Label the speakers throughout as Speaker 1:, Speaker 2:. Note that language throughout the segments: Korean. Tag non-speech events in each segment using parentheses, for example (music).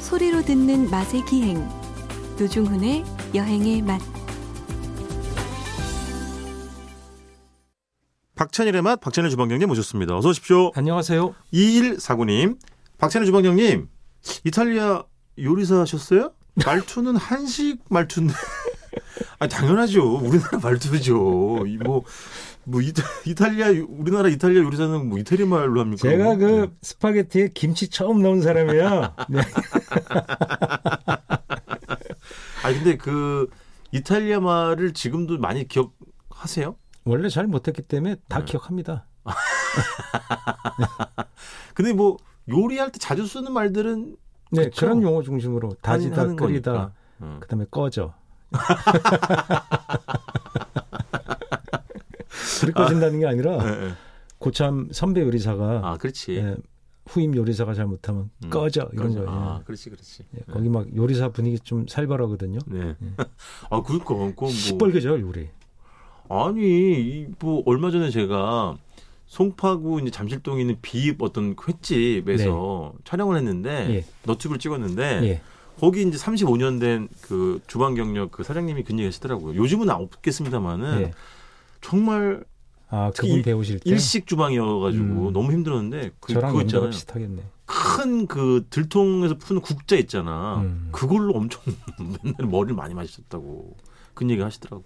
Speaker 1: 소리로 듣는 맛의 기행 노중훈의 여행의 맛
Speaker 2: 박찬일의 맛 박찬일 주방장님 모셨습니다. 어서 오십시오.
Speaker 3: 안녕하세요.
Speaker 2: 2149님. 박찬일 주방장님. 이탈리아 요리사 하셨어요? 말투는 한식 말투인데. (laughs) 아 당연하죠. 우리나라 말투죠. 이 뭐, 뭐 이타, 이탈리아 요- 우리나라 이탈리아 요리사는 뭐 이태리 말로 합니까? 네.
Speaker 3: 제가 그 스파게티에 김치 처음 넣은 (laughs) 사람이에요. 네.
Speaker 2: 아니 근데 그 이탈리아 말을 지금도 많이 기억하세요?
Speaker 3: 원래 잘 못했기 때문에 다
Speaker 2: 네.
Speaker 3: 기억합니다.
Speaker 2: 근데 뭐 요리할 때 자주 쓰는 말들은
Speaker 3: 네,
Speaker 2: 그쵸.
Speaker 3: 그런 용어 중심으로 다지다,
Speaker 2: 하는
Speaker 3: 끓이다,
Speaker 2: 거니까. 음.
Speaker 3: 그다음에 (laughs) 꺼져. 불이 꺼진다는 게 아니라
Speaker 2: 예, 예.
Speaker 3: 고참 선배 요리사가
Speaker 2: 아 그렇지.
Speaker 3: 네. 예, 후임 요리사가 잘못하면
Speaker 2: 음,
Speaker 3: 꺼져 이런
Speaker 2: 그렇죠.
Speaker 3: 거예요.
Speaker 2: 아 그렇지 그렇지.
Speaker 3: 예, 거기 막 요리사 분위기 좀 살벌하거든요.
Speaker 2: 네. (laughs) 아, 그니까, 그거 뭐.
Speaker 3: 시뻘개져요 요리.
Speaker 2: 아니, 이 뭐, 얼마 전에 제가 송파구 이제 잠실동에 있는 비입 어떤 그 횟집에서 촬영을 했는데,
Speaker 3: 네. 예.
Speaker 2: 너튜브를 찍었는데,
Speaker 3: 예.
Speaker 2: 거기 이제 35년 된 그 주방 경력 그 사장님이 그 얘기 하시더라고요. 요즘은 없겠습니다만은,
Speaker 3: 예.
Speaker 2: 정말
Speaker 3: 아
Speaker 2: 특히
Speaker 3: 그분
Speaker 2: 일-
Speaker 3: 배우실 때
Speaker 2: 일식 주방이어가지고
Speaker 3: 음.
Speaker 2: 너무 힘들었는데, 그,
Speaker 3: 저랑
Speaker 2: 그거
Speaker 3: 연배가
Speaker 2: 있잖아요.
Speaker 3: 비슷하겠네.
Speaker 2: 큰 그 들통에서 푸는 국자 있잖아.
Speaker 3: 음.
Speaker 2: 그걸로 엄청 (laughs) 맨날 머리를 많이 마셨다고. 그런 얘기 하시더라고.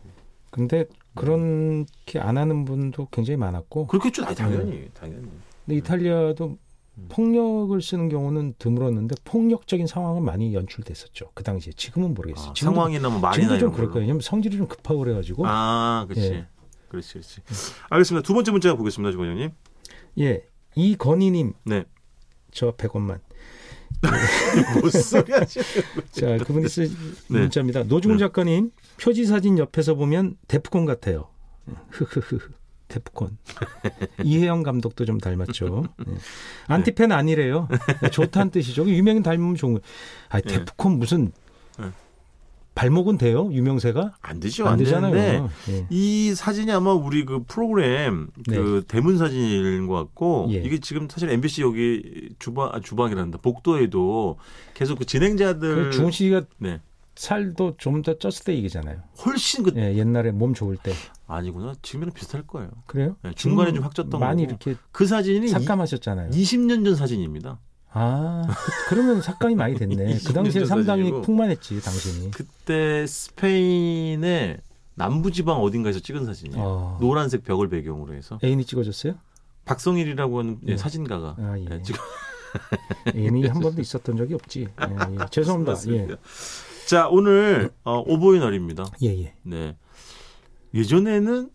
Speaker 3: 근데 그렇게 안 하는 분도 굉장히 많았고
Speaker 2: 그렇겠죠. 아니, 당연히, 당연히.
Speaker 3: 근데 이탈리아도
Speaker 2: 음.
Speaker 3: 폭력을 쓰는 경우는 드물었는데 폭력적인 상황은 많이 연출됐었죠. 그 당시에 지금은 모르겠어요.
Speaker 2: 아,
Speaker 3: 지금도,
Speaker 2: 상황이나 뭐 말이나
Speaker 3: 지금도
Speaker 2: 이런
Speaker 3: 좀 그럴
Speaker 2: 걸로.
Speaker 3: 거예요. 왜냐면 성질이 좀 급하고 그래가지고
Speaker 2: 아, 그렇지.
Speaker 3: 예.
Speaker 2: 그렇지, 그렇지. 알겠습니다. 두 번째 문제 보겠습니다, 주원장님.
Speaker 3: 예 이건희님
Speaker 2: 네. (laughs)
Speaker 3: 저 100원만
Speaker 2: 뭔 소리 하시는
Speaker 3: 자 그분이 쓰
Speaker 2: 네.
Speaker 3: 문자입니다. 노중훈
Speaker 2: 네.
Speaker 3: 작가님 표지 사진 옆에서 보면 데프콘 같아요. 네. 흐흐흐
Speaker 2: (laughs)
Speaker 3: 데프콘 이혜영 감독도 좀 닮았죠. 네. 안티팬 아니래요. 네, 좋다는 뜻이죠. 유명인 닮으면 좋은 거예요. 아
Speaker 2: 네.
Speaker 3: 데프콘 무슨
Speaker 2: 네.
Speaker 3: 발목은 돼요? 유명세가
Speaker 2: 안 되죠,
Speaker 3: 안
Speaker 2: 안, 되는데.
Speaker 3: 되잖아요. 예.
Speaker 2: 이 사진이 아마 우리 그 프로그램 그 대문 사진인 것 같고
Speaker 3: 네. 예.
Speaker 2: 이게 지금 사실 MBC 여기 주방 아, 주방이란다 복도에도 계속 그 진행자들
Speaker 3: 그 중훈 씨가
Speaker 2: 네
Speaker 3: 살도 좀 더 쪘을 때 얘기잖아요.
Speaker 2: 훨씬 그
Speaker 3: 예, 옛날에 몸 좋을 때
Speaker 2: 아니구나 지금이랑 비슷할 거예요.
Speaker 3: 그래요?
Speaker 2: 네, 중간에
Speaker 3: 음,
Speaker 2: 좀 확 쪘던
Speaker 3: 많이
Speaker 2: 거고
Speaker 3: 이렇게
Speaker 2: 그 사진이
Speaker 3: 삭감하셨잖아요.
Speaker 2: 20년 전 사진입니다.
Speaker 3: 아, 그- 그러면 삭감이 많이
Speaker 2: (laughs)
Speaker 3: 됐네. 그
Speaker 2: 20년
Speaker 3: 당시에
Speaker 2: 전
Speaker 3: 상당히
Speaker 2: 사진이고.
Speaker 3: 풍만했지, 당신이.
Speaker 2: 그때 스페인의 남부지방 어딘가에서 찍은 사진이에요.
Speaker 3: 어,
Speaker 2: 노란색 벽을 배경으로 해서
Speaker 3: 애인이 찍어줬어요?
Speaker 2: 박성일이라고 하는 예,
Speaker 3: 네.
Speaker 2: 사진가가
Speaker 3: 아, 예.
Speaker 2: 예, 찍은 (laughs)
Speaker 3: 애인이 한 번도 있었던 적이 없지. 예, 예. 죄송합니다. 예.
Speaker 2: 사진입니다. 자 오늘 어, 오보이날입니다.
Speaker 3: 예, 예.
Speaker 2: 네 예전에는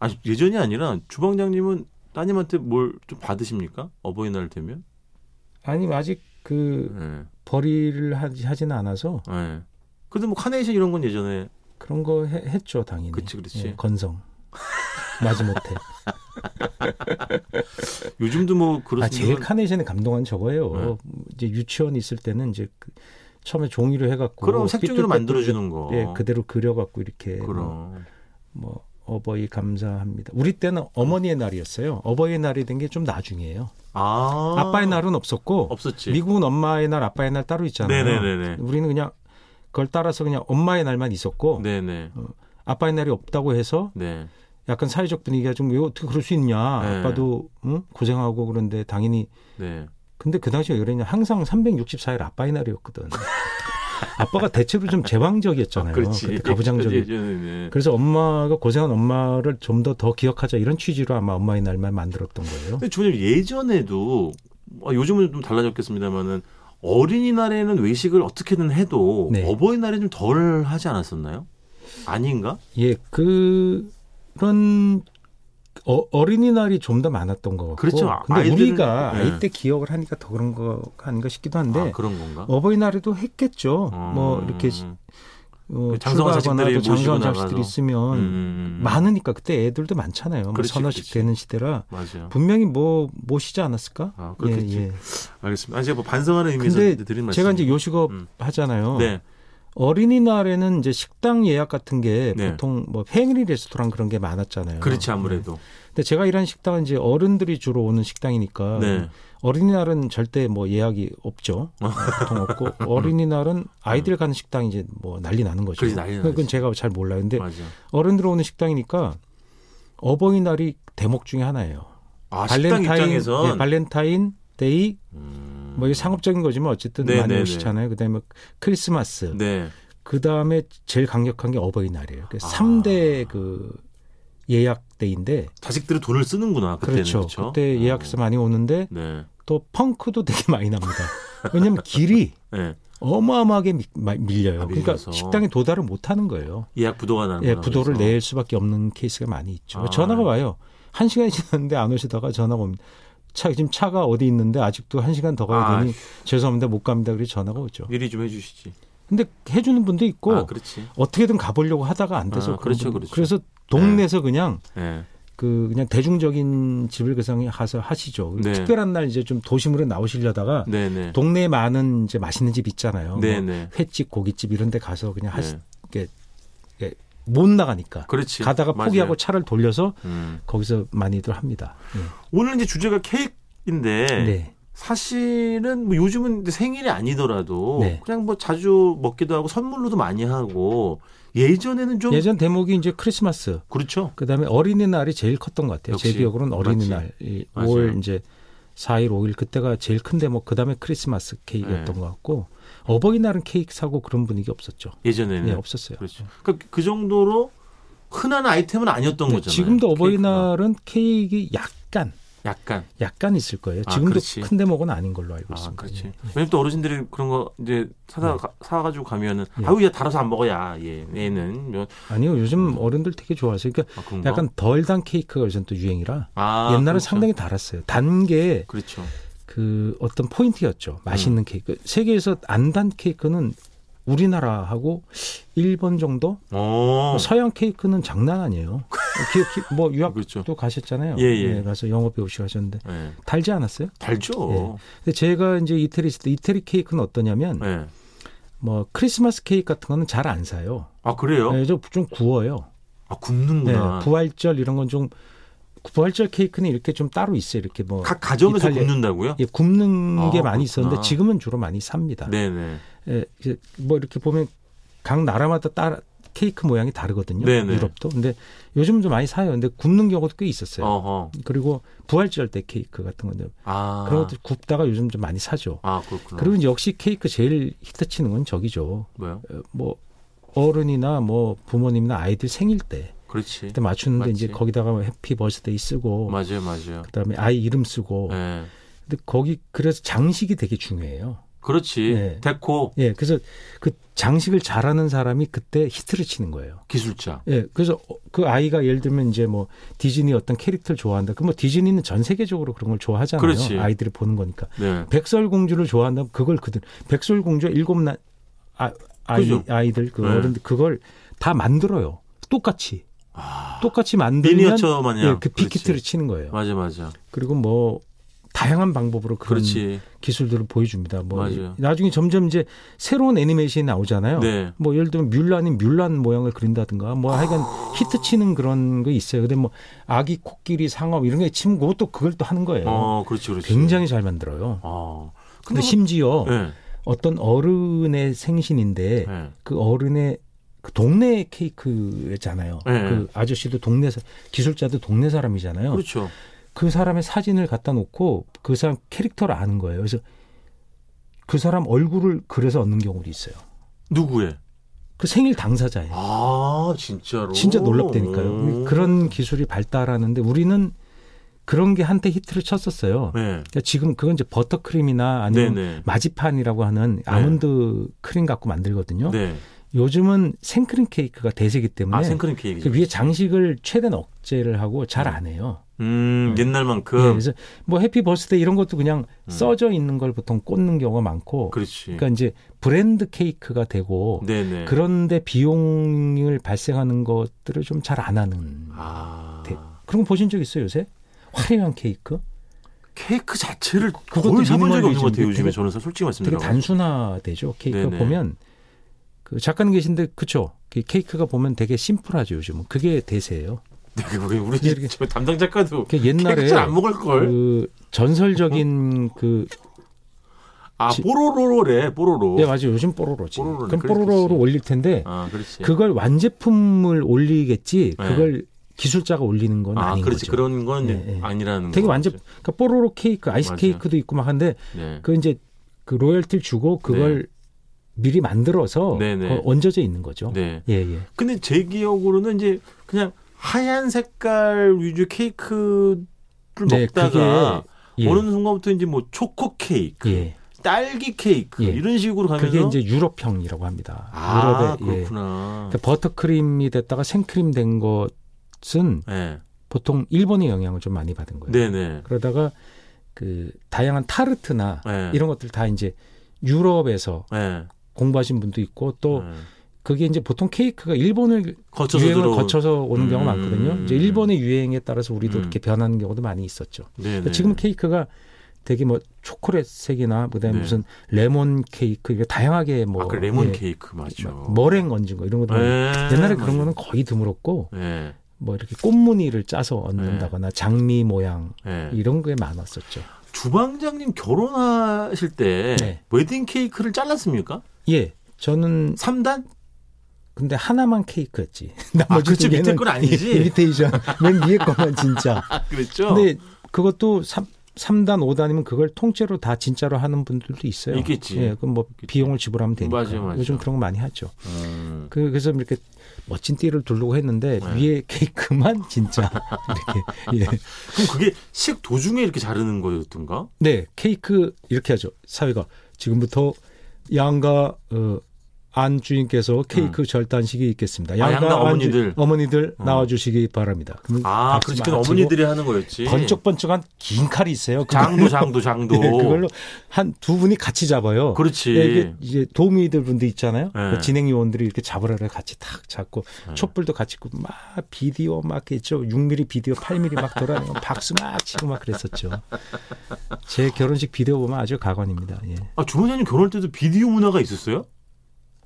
Speaker 2: 아 예전이 아니라 주방장님은 따님한테 뭘 좀 받으십니까? 어버이날 되면?
Speaker 3: 아니, 아직 그
Speaker 2: 예.
Speaker 3: 벌이를 하지, 하진 않아서
Speaker 2: 예. 근데 뭐 카네이션 이런 건 예전에
Speaker 3: 그런 거 해- 했죠, 당연히.
Speaker 2: 그치, 그치.
Speaker 3: 예, 건성. 마지못해.
Speaker 2: 요즘도 뭐 (laughs)
Speaker 3: 아,
Speaker 2: 그렇습니다. 네.
Speaker 3: 제일 카네이션에 감동한 저거예요. 이제 유치원 있을 때는 이제 그 처음에 종이로 해갖고.
Speaker 2: 그럼 색종이로 만들어주는 거.
Speaker 3: 예, 그대로 그려갖고 이렇게. 뭐
Speaker 2: 그럼.
Speaker 3: 뭐 어버이 감사합니다. 우리 때는 어머니의 날이었어요. 어버이 날이 된 게 좀 나중이에요.
Speaker 2: 아.
Speaker 3: 아. 빠의 날은 없었고
Speaker 2: 없었지.
Speaker 3: 미국은 엄마의 날, 아빠의 날 따로 있잖아요.
Speaker 2: 네네네네.
Speaker 3: 우리는 그냥 그걸 따라서 그냥 엄마의 날만 있었고
Speaker 2: 네네.
Speaker 3: 아빠의 날이 없다고 해서
Speaker 2: 네.
Speaker 3: 약간 사회적 분위기가 좀 왜 어떻게 그럴 수 있냐.
Speaker 2: 네.
Speaker 3: 아빠도 응? 고생하고 그런데 당연히
Speaker 2: 네.
Speaker 3: 근데 그 당시에 왜 그랬냐 항상 364일
Speaker 2: (laughs)
Speaker 3: 아빠의 날이었거든. 아빠가 대체로 좀 제왕적이었잖아요. 그때 가부장적이
Speaker 2: 그렇지, 예전에는.
Speaker 3: 그래서 엄마가 고생한 엄마를 좀 더 더 기억하자 이런 취지로 아마 엄마의 날만 만들었던 거예요.
Speaker 2: 근데 주님 예전에도 아, 요즘은 좀 달라졌겠습니다만은 어린이날에는 외식을 어떻게든 해도
Speaker 3: 네.
Speaker 2: 어버이날에 좀 덜 하지 않았었나요? 아닌가?
Speaker 3: 예, 그- 그런 어, 어린이날이 좀 더 많았던 것 같고.
Speaker 2: 그렇죠. 아-
Speaker 3: 근데
Speaker 2: 아이들은-
Speaker 3: 우리가
Speaker 2: 네.
Speaker 3: 아이 때 기억을 하니까 더 그런 거 아닌가 싶기도 한데
Speaker 2: 아, 그런 건가?
Speaker 3: 어버이날에도 했겠죠.
Speaker 2: 음.
Speaker 3: 뭐 이렇게 시- 어,
Speaker 2: 그 장성한
Speaker 3: 출가하거나 또
Speaker 2: 자식들이 모시고
Speaker 3: 장성한
Speaker 2: 나가서.
Speaker 3: 자식들이 있으면
Speaker 2: 음.
Speaker 3: 많으니까 그때 애들도 많잖아요. 뭐
Speaker 2: 그렇지,
Speaker 3: 서너씩
Speaker 2: 그렇지.
Speaker 3: 되는 시대라
Speaker 2: 맞아요.
Speaker 3: 분명히 뭐 모시지 않았을까?
Speaker 2: 아, 그렇겠지.
Speaker 3: 예, 예.
Speaker 2: 알겠습니다. 아, 제가 뭐 반성하는 의미에서
Speaker 3: 근데
Speaker 2: 드린 말씀.
Speaker 3: 제가 이제 요식업
Speaker 2: 음.
Speaker 3: 하잖아요.
Speaker 2: 네.
Speaker 3: 어린이날에는 이제 식당 예약 같은 게
Speaker 2: 네.
Speaker 3: 보통 뭐 패밀리 레스토랑 그런 게 많았잖아요.
Speaker 2: 그렇지 아무래도.
Speaker 3: 근데 제가 일하는 식당은 이제 어른들이 주로 오는 식당이니까
Speaker 2: 네. 어.
Speaker 3: 어린이날은 절대 뭐 예약이 없죠. 보통
Speaker 2: (laughs)
Speaker 3: 없고 어린이날은 아이들 가는 식당이 이제 뭐 난리 나는 거죠.
Speaker 2: 음. 그렇지, 난리 나지.
Speaker 3: 그건 제가 잘 몰라요. 근데
Speaker 2: 맞아.
Speaker 3: 어른들 오는 식당이니까 어버이날이 대목 중에 하나예요.
Speaker 2: 아 식당 입장에선
Speaker 3: 네, 발렌타인 데이
Speaker 2: 음.
Speaker 3: 뭐 이게 상업적인 거지만 어쨌든
Speaker 2: 네,
Speaker 3: 많이
Speaker 2: 네,
Speaker 3: 오시잖아요. 그다음에 크리스마스.
Speaker 2: 네.
Speaker 3: 그다음에 제일 강력한 게 어버이날이에요. 그
Speaker 2: 아.
Speaker 3: 3대 그 예약 데이인데
Speaker 2: 자식들이 돈을 쓰는구나 그때는
Speaker 3: 그렇죠.
Speaker 2: 그렇죠.
Speaker 3: 그때 예약해서
Speaker 2: 어.
Speaker 3: 많이 오는데
Speaker 2: 네.
Speaker 3: 또 펑크도 되게
Speaker 2: (laughs)
Speaker 3: 많이 납니다. 왜냐면 길이
Speaker 2: 네.
Speaker 3: 어마어마하게 미- 마- 밀려요.
Speaker 2: 아,
Speaker 3: 그러니까
Speaker 2: 밀려서.
Speaker 3: 식당에 도달을 못 하는 거예요.
Speaker 2: 예약 부도가 나는
Speaker 3: 예, 부도를 낼 수밖에 없는 케이스가 많이 있죠.
Speaker 2: 아.
Speaker 3: 전화가 와요. 한 시간이 지났는데 안 오시다가 전화가 옵니다. 차, 지금 차가 어디 있는데 아직도 한 시간 더 가야
Speaker 2: 아,
Speaker 3: 되니 죄송합니다. 못 갑니다. 그래 전화가 오죠.
Speaker 2: 미리 좀 해주시지.
Speaker 3: 근데 해주는 분도 있고
Speaker 2: 아 그렇지.
Speaker 3: 어떻게든 가보려고 하다가 안 돼서
Speaker 2: 아,
Speaker 3: 그런
Speaker 2: 그렇죠,
Speaker 3: 분도-
Speaker 2: 그렇죠.
Speaker 3: 그래서 동네에서 그냥
Speaker 2: 네.
Speaker 3: 그 그냥 대중적인 집을 그상에 가서 하시죠.
Speaker 2: 네.
Speaker 3: 특별한 날 이제 좀 도심으로 나오시려다가
Speaker 2: 네네.
Speaker 3: 동네에 많은 이제 맛있는 집 있잖아요. 뭐
Speaker 2: 네네.
Speaker 3: 횟집, 고깃집 이런 데 가서 그냥 하시
Speaker 2: 네.
Speaker 3: 못 나가니까
Speaker 2: 그렇지.
Speaker 3: 가다가
Speaker 2: 맞아요.
Speaker 3: 포기하고 차를 돌려서
Speaker 2: 음.
Speaker 3: 거기서 많이들 합니다. 네.
Speaker 2: 오늘 이제 주제가 케이크인데
Speaker 3: 네.
Speaker 2: 사실은 뭐 요즘은 이제 생일이 아니더라도
Speaker 3: 네.
Speaker 2: 그냥 뭐 자주 먹기도 하고 선물로도 많이 하고 예전에는 좀
Speaker 3: 예전 대목이 이제 크리스마스,
Speaker 2: 그렇죠.
Speaker 3: 그다음에 어린이날이 제일 컸던 것 같아요. 제
Speaker 2: 역시.
Speaker 3: 기억으로는 어린이날 이
Speaker 2: 맞아요.
Speaker 3: 5월 이제 4일, 5일 그때가 제일 큰 대목. 그다음에 크리스마스 케이크였던
Speaker 2: 네.
Speaker 3: 것 같고 어버이날은 케이크 사고 그런 분위기 없었죠.
Speaker 2: 예전에는
Speaker 3: 네, 없었어요.
Speaker 2: 그렇죠. 그러니까 그 정도로 흔한 아이템은 아니었던
Speaker 3: 근데
Speaker 2: 거잖아요.
Speaker 3: 네, 지금도
Speaker 2: 케이크가.
Speaker 3: 어버이날은 케이크 약간
Speaker 2: 약간
Speaker 3: 약간 있을 거예요.
Speaker 2: 아,
Speaker 3: 지금도
Speaker 2: 그렇지.
Speaker 3: 큰 대목은 아닌 걸로 알고
Speaker 2: 아
Speaker 3: 있습니다.
Speaker 2: 그렇지.
Speaker 3: 예. 네.
Speaker 2: 왜냐면 또 어르신들이 그런 거 이제 사다 가- 사가지고 가면은
Speaker 3: 예.
Speaker 2: 아유 얘 달아서 안 먹어야 예, 얘 얘는 면
Speaker 3: 아니요,
Speaker 2: 음.
Speaker 3: 요즘 어른들 되게 좋아하세요. 그러니까
Speaker 2: 아, 그런 거.
Speaker 3: 약간 덜 단 케이크가 요즘 또 유행이라
Speaker 2: 아,
Speaker 3: 옛날은
Speaker 2: 그렇죠.
Speaker 3: 상당히 달았어요. 단 게
Speaker 2: 그렇죠.
Speaker 3: 그 어떤 포인트였죠. 맛있는
Speaker 2: 음.
Speaker 3: 케이크. 그 세계에서 안 단 케이크는 우리나라하고 일본 정도? 뭐
Speaker 2: 어.
Speaker 3: 서양 케이크는 장난 아니에요. 기- 기-
Speaker 2: (laughs)
Speaker 3: 뭐 유학도
Speaker 2: 그렇죠.
Speaker 3: 가셨잖아요.
Speaker 2: 예, 예.
Speaker 3: 네, 가서 영어 배우시고 하셨는데
Speaker 2: 예.
Speaker 3: 달지 않았어요?
Speaker 2: 달죠.
Speaker 3: 근데 제가 이제 이태리 있을 때 이태리 케이크는 어떠냐면
Speaker 2: 예.
Speaker 3: 뭐 크리스마스 케이크 같은 거는 잘 안 사요.
Speaker 2: 아 그래요?
Speaker 3: 네, 좀- 좀 구워요.
Speaker 2: 아
Speaker 3: 네,
Speaker 2: 굽는구나.
Speaker 3: 부활절 이런 건 좀 부활절 케이크는 이렇게 좀 따로 있어요. 이렇게 뭐
Speaker 2: 각 가정에서
Speaker 3: 이탈리아-
Speaker 2: 굽는다고요?
Speaker 3: 예, 굽는
Speaker 2: 아,
Speaker 3: 게
Speaker 2: 그렇구나.
Speaker 3: 많이 있었는데 지금은 주로 많이 삽니다.
Speaker 2: 네네.
Speaker 3: 예, 이제 뭐 이렇게 보면 각 나라마다 따라 케이크 모양이 다르거든요.
Speaker 2: 네네.
Speaker 3: 유럽도. 근데 요즘도 많이 사요. 근데 굽는 경우도 꽤 있었어요.
Speaker 2: 어허.
Speaker 3: 그리고 부활절 때 케이크 같은 건데
Speaker 2: 아.
Speaker 3: 그런 것도 굽다가 요즘 좀 많이 사죠.
Speaker 2: 아 그렇구나.
Speaker 3: 그리고 이제 역시 케이크 제일 히트치는 건 저기죠.
Speaker 2: 뭐요?
Speaker 3: 어, 뭐 어른이나 뭐 부모님이나 아이들 생일 때
Speaker 2: 그렇지.
Speaker 3: 그때 맞추는데 이제
Speaker 2: 맞지.
Speaker 3: 거기다가 뭐 해피 버스데이 쓰고
Speaker 2: 맞아요, 맞아요.
Speaker 3: 그다음에 아이 이름 쓰고
Speaker 2: 예.
Speaker 3: 근데 거기 그래서 장식이 되게 중요해요.
Speaker 2: 그렇지.
Speaker 3: 네.
Speaker 2: 데코
Speaker 3: 예, 그래서 그 장식을 잘하는 사람이 그때 히트를 치는 거예요.
Speaker 2: 기술자.
Speaker 3: 예, 그래서 어, 그 아이가 예를 들면 이제 뭐 디즈니 어떤 캐릭터를 좋아한다. 그럼 뭐 디즈니는 전 세계적으로 그런 걸 좋아하잖아요.
Speaker 2: 그렇지.
Speaker 3: 아이들이 보는 거니까.
Speaker 2: 네.
Speaker 3: 백설공주를 좋아한다. 면 그걸 그들 백설공주 일곱 나 아, 아이
Speaker 2: 그죠.
Speaker 3: 아이들 그
Speaker 2: 네.
Speaker 3: 어른들 그걸 다 만들어요. 똑같이
Speaker 2: 아.
Speaker 3: 똑같이 만들면
Speaker 2: 미니어처 마냥.
Speaker 3: 예, 그 빅히트를 치는 거예요.
Speaker 2: 맞아, 맞아.
Speaker 3: 그리고 뭐 다양한 방법으로 그런
Speaker 2: 그렇지.
Speaker 3: 기술들을 보여줍니다. 뭐
Speaker 2: 맞아요.
Speaker 3: 나중에 점점 이제 새로운 애니메이션이 나오잖아요.
Speaker 2: 네.
Speaker 3: 뭐 예를 들면 뮬란이 뮬란 모양을 그린다든가 뭐 하여간
Speaker 2: 아.
Speaker 3: 히트 치는 그런 거 있어요. 근데 뭐 아기 코끼리 상어 이런 게 치면 그것도 그걸 또 하는 거예요.
Speaker 2: 어, 그렇지, 그렇지.
Speaker 3: 네. 굉장히 잘 만들어요.
Speaker 2: 어.
Speaker 3: 근데
Speaker 2: 근데
Speaker 3: 심지어
Speaker 2: 뭐- 예.
Speaker 3: 어떤 어른의 생신인데
Speaker 2: 예.
Speaker 3: 그 어른의 그 동네 케이크잖아요.
Speaker 2: 네.
Speaker 3: 그 아저씨도 동네 사- 기술자도 동네 사람이잖아요.
Speaker 2: 그렇죠.
Speaker 3: 그 사람의 사진을 갖다 놓고 그 사람 캐릭터를 아는 거예요. 그래서 그 사람 얼굴을 그려서 얻는 경우도 있어요.
Speaker 2: 누구의?
Speaker 3: 그 생일 당사자예요.
Speaker 2: 아, 진짜로.
Speaker 3: 진짜
Speaker 2: 오. 음.
Speaker 3: 놀랍다니까요. 그런 기술이 발달하는데 우리는 그런 게 한때 히트를 쳤었어요.
Speaker 2: 네.
Speaker 3: 그러니까 지금 그건 이제 버터크림이나 아니면
Speaker 2: 네네.
Speaker 3: 마지판이라고 하는 아몬드 크림 갖고 만들거든요.
Speaker 2: 네.
Speaker 3: 요즘은 생크림 케이크가 대세기 때문에
Speaker 2: 아, 생크림
Speaker 3: 그
Speaker 2: 케이크죠.
Speaker 3: 위에 장식을 최대한 억제를 하고 잘 안 해요.
Speaker 2: 음,
Speaker 3: 네.
Speaker 2: 옛날만큼.
Speaker 3: 예, 그래서 뭐 해피 버스데이 이런 것도 그냥
Speaker 2: 음.
Speaker 3: 써져 있는 걸 보통 꽂는 경우가 많고
Speaker 2: 그렇지.
Speaker 3: 그러니까 이제 브랜드 케이크가 되고
Speaker 2: 네네.
Speaker 3: 그런데 비용을 발생하는 것들을 좀 잘 안 하는
Speaker 2: 아.
Speaker 3: 대- 그런 거 보신 적 있어요 요새 화려한 케이크
Speaker 2: 케이크 자체를
Speaker 3: 그것도
Speaker 2: 거의 사본 적이 없는 것 같아요
Speaker 3: 미니멀리즘인데
Speaker 2: 요즘에
Speaker 3: 되게-
Speaker 2: 저는 솔직히
Speaker 3: 되게
Speaker 2: 말씀드리면
Speaker 3: 단순화되죠 케이크가
Speaker 2: 네네.
Speaker 3: 보면 그 작가는 계신데 그쵸? 그 케이크가 보면 되게 심플하죠 요즘은 그게 대세예요.
Speaker 2: 근데 네, 그 우리 우리
Speaker 3: 이렇게-
Speaker 2: 저 담당 작가도
Speaker 3: 그 옛날에
Speaker 2: (laughs) 케이크 잘안 먹을 걸.
Speaker 3: 그 전설적인 그
Speaker 2: 아
Speaker 3: 지-
Speaker 2: 뽀로로로래 뽀로로.
Speaker 3: 예, 맞아요. 요즘 뽀로로지.
Speaker 2: 뽀로로네,
Speaker 3: 그럼
Speaker 2: 그렇겠지.
Speaker 3: 뽀로로로 올릴 텐데
Speaker 2: 아 그렇지.
Speaker 3: 그걸 완제품을 올리겠지.
Speaker 2: 네.
Speaker 3: 그걸 기술자가 올리는 건
Speaker 2: 아
Speaker 3: 아닌
Speaker 2: 그렇지
Speaker 3: 거죠.
Speaker 2: 그런 건
Speaker 3: 예, 예.
Speaker 2: 아니라는 거.
Speaker 3: 되게 완제 그러니까 뽀로로 케이크, 아이스
Speaker 2: 맞아요.
Speaker 3: 케이크도 있고 막 한데
Speaker 2: 네.
Speaker 3: 그 이제 그 로열티를 주고 그걸 미리 만들어서
Speaker 2: 네, 네.
Speaker 3: 그걸 얹어져 있는 거죠.
Speaker 2: 네.
Speaker 3: 예, 예.
Speaker 2: 근데 제 기억으로는 이제 그냥 하얀 색깔 위주 케이크를
Speaker 3: 네,
Speaker 2: 먹다가
Speaker 3: 예.
Speaker 2: 어느 순간부터 이제 뭐 초코 케이크,
Speaker 3: 예.
Speaker 2: 딸기 케이크
Speaker 3: 예.
Speaker 2: 이런 식으로 가면서
Speaker 3: 그게 이제 유럽형이라고 합니다.
Speaker 2: 아
Speaker 3: 유럽의 예.
Speaker 2: 그렇구나.
Speaker 3: 그러니까 버터크림이 됐다가 생크림 된 것은
Speaker 2: 네.
Speaker 3: 보통 일본의 영향을 좀 많이 받은 거예요.
Speaker 2: 네네.
Speaker 3: 그러다가 그 다양한 타르트나
Speaker 2: 네.
Speaker 3: 이런 것들 다 이제 유럽에서
Speaker 2: 네.
Speaker 3: 공부하신 분도 있고 또
Speaker 2: 네.
Speaker 3: 그게 이제 보통 케이크가 일본을
Speaker 2: 거쳐서
Speaker 3: 유행을
Speaker 2: 들어온-
Speaker 3: 거쳐서 오는 경우가
Speaker 2: 음.
Speaker 3: 많거든요. 이제 일본의 유행에 따라서 우리도
Speaker 2: 음.
Speaker 3: 이렇게 변하는 경우도 많이 있었죠.
Speaker 2: 네네.
Speaker 3: 그러니까 지금 케이크가 되게 뭐 초콜릿색이나 그다음에
Speaker 2: 네.
Speaker 3: 무슨 레몬 케이크 이게 다양하게 뭐
Speaker 2: 아그 레몬
Speaker 3: 예,
Speaker 2: 케이크 맞죠.
Speaker 3: 막 머랭 얹은 거 이런 것도 많이-
Speaker 2: 예,
Speaker 3: 옛날에 그런
Speaker 2: 맞아요.
Speaker 3: 거는 거의 드물었고
Speaker 2: 예.
Speaker 3: 뭐 이렇게 꽃무늬를 짜서 얹는다거나 장미 모양
Speaker 2: 예.
Speaker 3: 이런 게 많았었죠.
Speaker 2: 주방장님 결혼하실 때
Speaker 3: 네.
Speaker 2: 웨딩 케이크를 잘랐습니까?
Speaker 3: 예. 저는
Speaker 2: 3단?
Speaker 3: 근데 하나만 케이크였지.
Speaker 2: 아,
Speaker 3: 나머지
Speaker 2: 그치,
Speaker 3: 두 개는
Speaker 2: 밑에 건 아니지?
Speaker 3: 이미테이션. 맨 위에 거만 진짜.
Speaker 2: 아, 그랬죠.
Speaker 3: 근데 그것도 3, 삼단오단이면 그걸 통째로 다 진짜로 하는 분들도 있어요.
Speaker 2: 있겠지.
Speaker 3: 예, 그럼 뭐
Speaker 2: 있겠지.
Speaker 3: 비용을 지불하면 되니까.
Speaker 2: 맞아요, 맞아요.
Speaker 3: 요즘 그런 거 많이 하죠.
Speaker 2: 음.
Speaker 3: 그, 그래서 이렇게 멋진 띠를 두르고 했는데
Speaker 2: 네.
Speaker 3: 위에 케이크만 (laughs) 진짜 이렇게. 예.
Speaker 2: 그럼 그게 식 도중에 이렇게 자르는 거였던가?
Speaker 3: 네, 케이크 이렇게 하죠. 사회가 지금부터 양가 어, 안 주인께서 케이크 절단식이 있겠습니다.
Speaker 2: 음. 아, 양가 어머니들.
Speaker 3: 주, 어머니들
Speaker 2: 어.
Speaker 3: 나와주시기 바랍니다. 그럼
Speaker 2: 아,
Speaker 3: 박수
Speaker 2: 그렇지.
Speaker 3: 막
Speaker 2: 그건
Speaker 3: 치고
Speaker 2: 어머니들이 하는 거였지.
Speaker 3: 번쩍번쩍한 긴 칼이 있어요. 그거-
Speaker 2: 장도, 장도, 장도.
Speaker 3: (laughs) 네, 그걸로 한 두 분이 같이 잡아요.
Speaker 2: 그렇지.
Speaker 3: 네, 이게 이제 도우미들 분들 있잖아요.
Speaker 2: 네.
Speaker 3: 그 진행 요원들이 이렇게 잡으라를 같이 탁 잡고
Speaker 2: 네.
Speaker 3: 촛불도 같이 끄고 막 비디오 막 있죠. 6mm 비디오, 8mm 막 돌아다니고 (laughs) 박수 막 치고 막 그랬었죠. 제 결혼식 비디오 보면 아주 가관입니다. 예.
Speaker 2: 아, 주방장님 결혼할 때도 비디오 문화가 있었어요?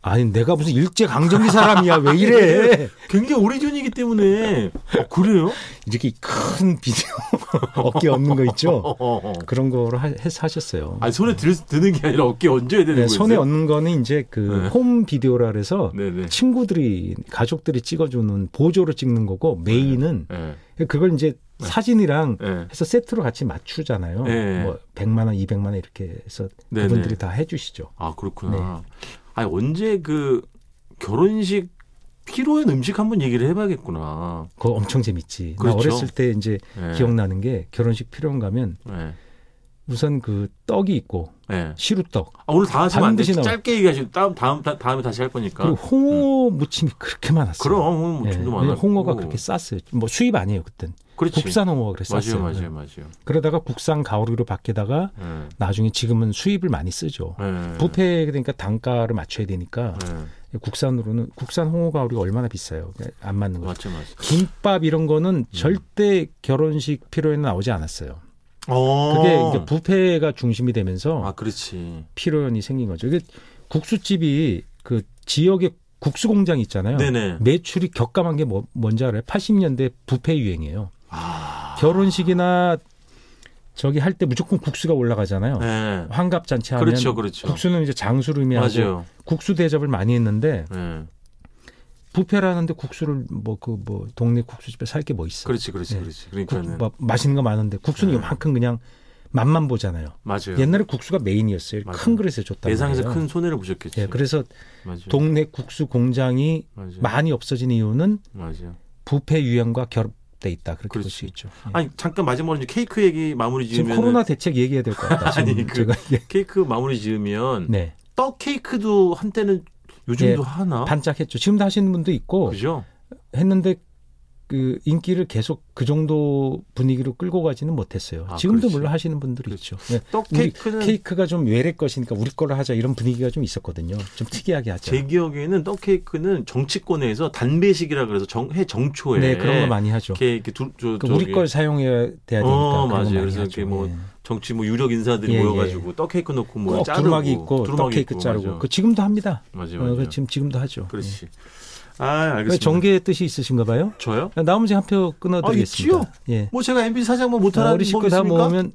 Speaker 3: 아니 내가 무슨 일제 강점기 사람이야 왜 이래?
Speaker 2: (laughs) 굉장히 오래전이기 때문에. 아, 그래요?
Speaker 3: 이렇게 큰 비디오 (laughs) 어깨 없는 거 있죠.
Speaker 2: 어, 어, 어.
Speaker 3: 그런 거로 하, 해서 하셨어요.
Speaker 2: 아, 손에 들, 드는 게 아니라 어깨에 얹어야 되는
Speaker 3: 네,
Speaker 2: 거예요.
Speaker 3: 손에 얹는 거는 이제 그
Speaker 2: 네.
Speaker 3: 홈 비디오라 그래서
Speaker 2: 네네.
Speaker 3: 친구들이 가족들이 찍어주는 보조로 찍는 거고 메인은
Speaker 2: 예.
Speaker 3: 그걸 이제 사진이랑
Speaker 2: 예.
Speaker 3: 해서 세트로 같이 맞추잖아요.
Speaker 2: 네.
Speaker 3: 뭐 100만 원, 200만 원 이렇게 해서
Speaker 2: 네네.
Speaker 3: 그분들이 다 해주시죠.
Speaker 2: 아 그렇구나.
Speaker 3: 네.
Speaker 2: 아니 언제 그 결혼식 피로연 음식 한번 얘기를 해봐야겠구나.
Speaker 3: 그거 엄청 재밌지.
Speaker 2: 그렇죠.
Speaker 3: 나 어렸을 때 이제
Speaker 2: 예.
Speaker 3: 기억나는 게 결혼식 필요한 가면
Speaker 2: 예.
Speaker 3: 우선 그 떡이 있고
Speaker 2: 예.
Speaker 3: 시루떡
Speaker 2: 아, 오늘 다 하시면 안 돼.
Speaker 3: 반드시 나와.
Speaker 2: 짧게 얘기하시고 다음 다음 다, 다음에 다시 할 거니까.
Speaker 3: 그리고 홍어 무침이 그렇게 많았어요.
Speaker 2: 아, 음. 그럼 오늘 뭐
Speaker 3: 예,
Speaker 2: 좀도
Speaker 3: 왜냐면
Speaker 2: 많아.
Speaker 3: 홍어가 그렇게 쌌어요. 뭐 수입 아니에요 그땐
Speaker 2: 그렇지.
Speaker 3: 국산 홍어가 그랬어요.
Speaker 2: 맞아요, 맞아요, 맞아요.
Speaker 3: 그러다가 국산 가오리로 바뀌다가
Speaker 2: 예.
Speaker 3: 나중에 지금은 수입을 많이 쓰죠.
Speaker 2: 예.
Speaker 3: 부패 그러니까 단가를 맞춰야 되니까
Speaker 2: 예.
Speaker 3: 국산으로는 국산 홍어가 우리가 얼마나 비싸요. 그냥 안 맞는
Speaker 2: 맞죠,
Speaker 3: 거죠.
Speaker 2: 맞죠.
Speaker 3: 김밥 이런 거는
Speaker 2: 음.
Speaker 3: 절대 결혼식 필요에는 나오지 않았어요.
Speaker 2: 어.
Speaker 3: 그게 이제 부패가 중심이 되면서
Speaker 2: 아, 그렇지.
Speaker 3: 필요연이 생긴 거죠. 이게 국수집이 그 지역의 국수 공장 있잖아요.
Speaker 2: 네네.
Speaker 3: 매출이 격감한 게 뭐, 뭔지 알아요? 80년대 부패 유행이에요.
Speaker 2: 아.
Speaker 3: 결혼식이나 저기 할 때 무조건 국수가 올라가잖아요.
Speaker 2: 예.
Speaker 3: 환갑 잔치 하면
Speaker 2: 그렇죠, 그렇죠.
Speaker 3: 국수는 이제 장수를 의미하고
Speaker 2: 맞아요.
Speaker 3: 국수 대접을 많이 했는데
Speaker 2: 예.
Speaker 3: 부패라는데 국수를 뭐 그 뭐 동네 국수집에 살 게 뭐 있어?
Speaker 2: 그렇지, 그렇지,
Speaker 3: 네.
Speaker 2: 그렇지.
Speaker 3: 국,
Speaker 2: 그러니까는
Speaker 3: 뭐 맛있는 거 많은데 국수는
Speaker 2: 네.
Speaker 3: 이만큼 그냥 맛만 보잖아요.
Speaker 2: 맞아요.
Speaker 3: 옛날에 국수가 메인이었어요.
Speaker 2: 맞아요.
Speaker 3: 큰 그릇에 줬다.
Speaker 2: 예상에서 큰 손해를 보셨겠지.
Speaker 3: 예, 그래서
Speaker 2: 맞아요.
Speaker 3: 동네 국수 공장이
Speaker 2: 맞아요.
Speaker 3: 많이 없어진 이유는
Speaker 2: 맞아요.
Speaker 3: 부패 유형과 결합돼 있다. 그렇게 볼
Speaker 2: 그렇지.
Speaker 3: 수 있죠. 예.
Speaker 2: 아니 잠깐 마지막으로 이제 케이크 얘기 마무리
Speaker 3: 지금
Speaker 2: 지으면
Speaker 3: 코로나 대책 얘기해야 될 것 같다. 지금
Speaker 2: (laughs) 아니, 그-
Speaker 3: 제가 (laughs) 이게-
Speaker 2: 케이크 마무리 지으면
Speaker 3: 네
Speaker 2: 떡 케이크도 한때는 요즘도
Speaker 3: 예,
Speaker 2: 하나
Speaker 3: 반짝했죠. 지금도 하시는 분도 있고
Speaker 2: 어? 그죠?
Speaker 3: 했는데 그 인기를 계속 그 정도 분위기로 끌고 가지는 못했어요.
Speaker 2: 아,
Speaker 3: 지금도
Speaker 2: 그렇지.
Speaker 3: 물론 하시는 분들이
Speaker 2: 그렇지.
Speaker 3: 있죠. 네.
Speaker 2: 떡
Speaker 3: 우리
Speaker 2: 케이크는
Speaker 3: 케이크가 좀 외래 것이니까 우리 걸로 하자 이런 분위기가 좀 있었거든요. 좀 특이하게 하자.
Speaker 2: 제 기억에는 떡 케이크는 정치권에서 단배식이라 그래서 정, 해 정초에
Speaker 3: 네 그런 거 많이 하죠.
Speaker 2: 이렇게 이렇게 두, 저,
Speaker 3: 그
Speaker 2: 저기
Speaker 3: 우리 걸 사용해야 돼야 되니까
Speaker 2: 어,
Speaker 3: 그런 거
Speaker 2: 맞아요.
Speaker 3: 많이
Speaker 2: 그래서
Speaker 3: 하죠.
Speaker 2: 이렇게 뭐
Speaker 3: 예.
Speaker 2: 정치 뭐 유력 인사들이
Speaker 3: 예,
Speaker 2: 모여가지고 떡 케이크 넣고 뭐
Speaker 3: 꼭
Speaker 2: 자르고
Speaker 3: 어, 두루마기 있고
Speaker 2: 두루마기
Speaker 3: 떡 케이크
Speaker 2: 있고,
Speaker 3: 자르고
Speaker 2: 맞아.
Speaker 3: 그 지금도 합니다.
Speaker 2: 맞아
Speaker 3: 어,
Speaker 2: 맞아.
Speaker 3: 그 지금 지금도 하죠.
Speaker 2: 그렇지. 아
Speaker 3: 예. 왜
Speaker 2: 알겠습니다.
Speaker 3: 정계의 뜻이 있으신가 봐요.
Speaker 2: 저요?
Speaker 3: 나머지 한 표 끊어드리겠습니다.
Speaker 2: 아, 있지요?
Speaker 3: 예.
Speaker 2: 뭐 제가 MB 사장 뭐
Speaker 3: 아,
Speaker 2: 못하는
Speaker 3: 우리 식구 다
Speaker 2: 있습니까?
Speaker 3: 모으면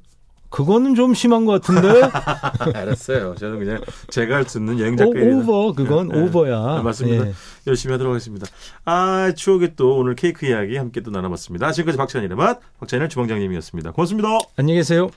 Speaker 3: 그거는 좀 심한 것 같은데
Speaker 2: 아, 알았어요. 저는 그냥 제가 할 수 있는 여행 작가
Speaker 3: 어, 오, 오버 그건
Speaker 2: 예, 예.
Speaker 3: 오버야.
Speaker 2: 네, 맞습니다.
Speaker 3: 예.
Speaker 2: 열심히 하도록 하겠습니다. 아 추억의 또 오늘 케이크 이야기 함께 또 나눠봤습니다. 지금까지 박찬일의 맛 박찬일 주방장님이었습니다. 고맙습니다.
Speaker 3: 안녕히 계세요.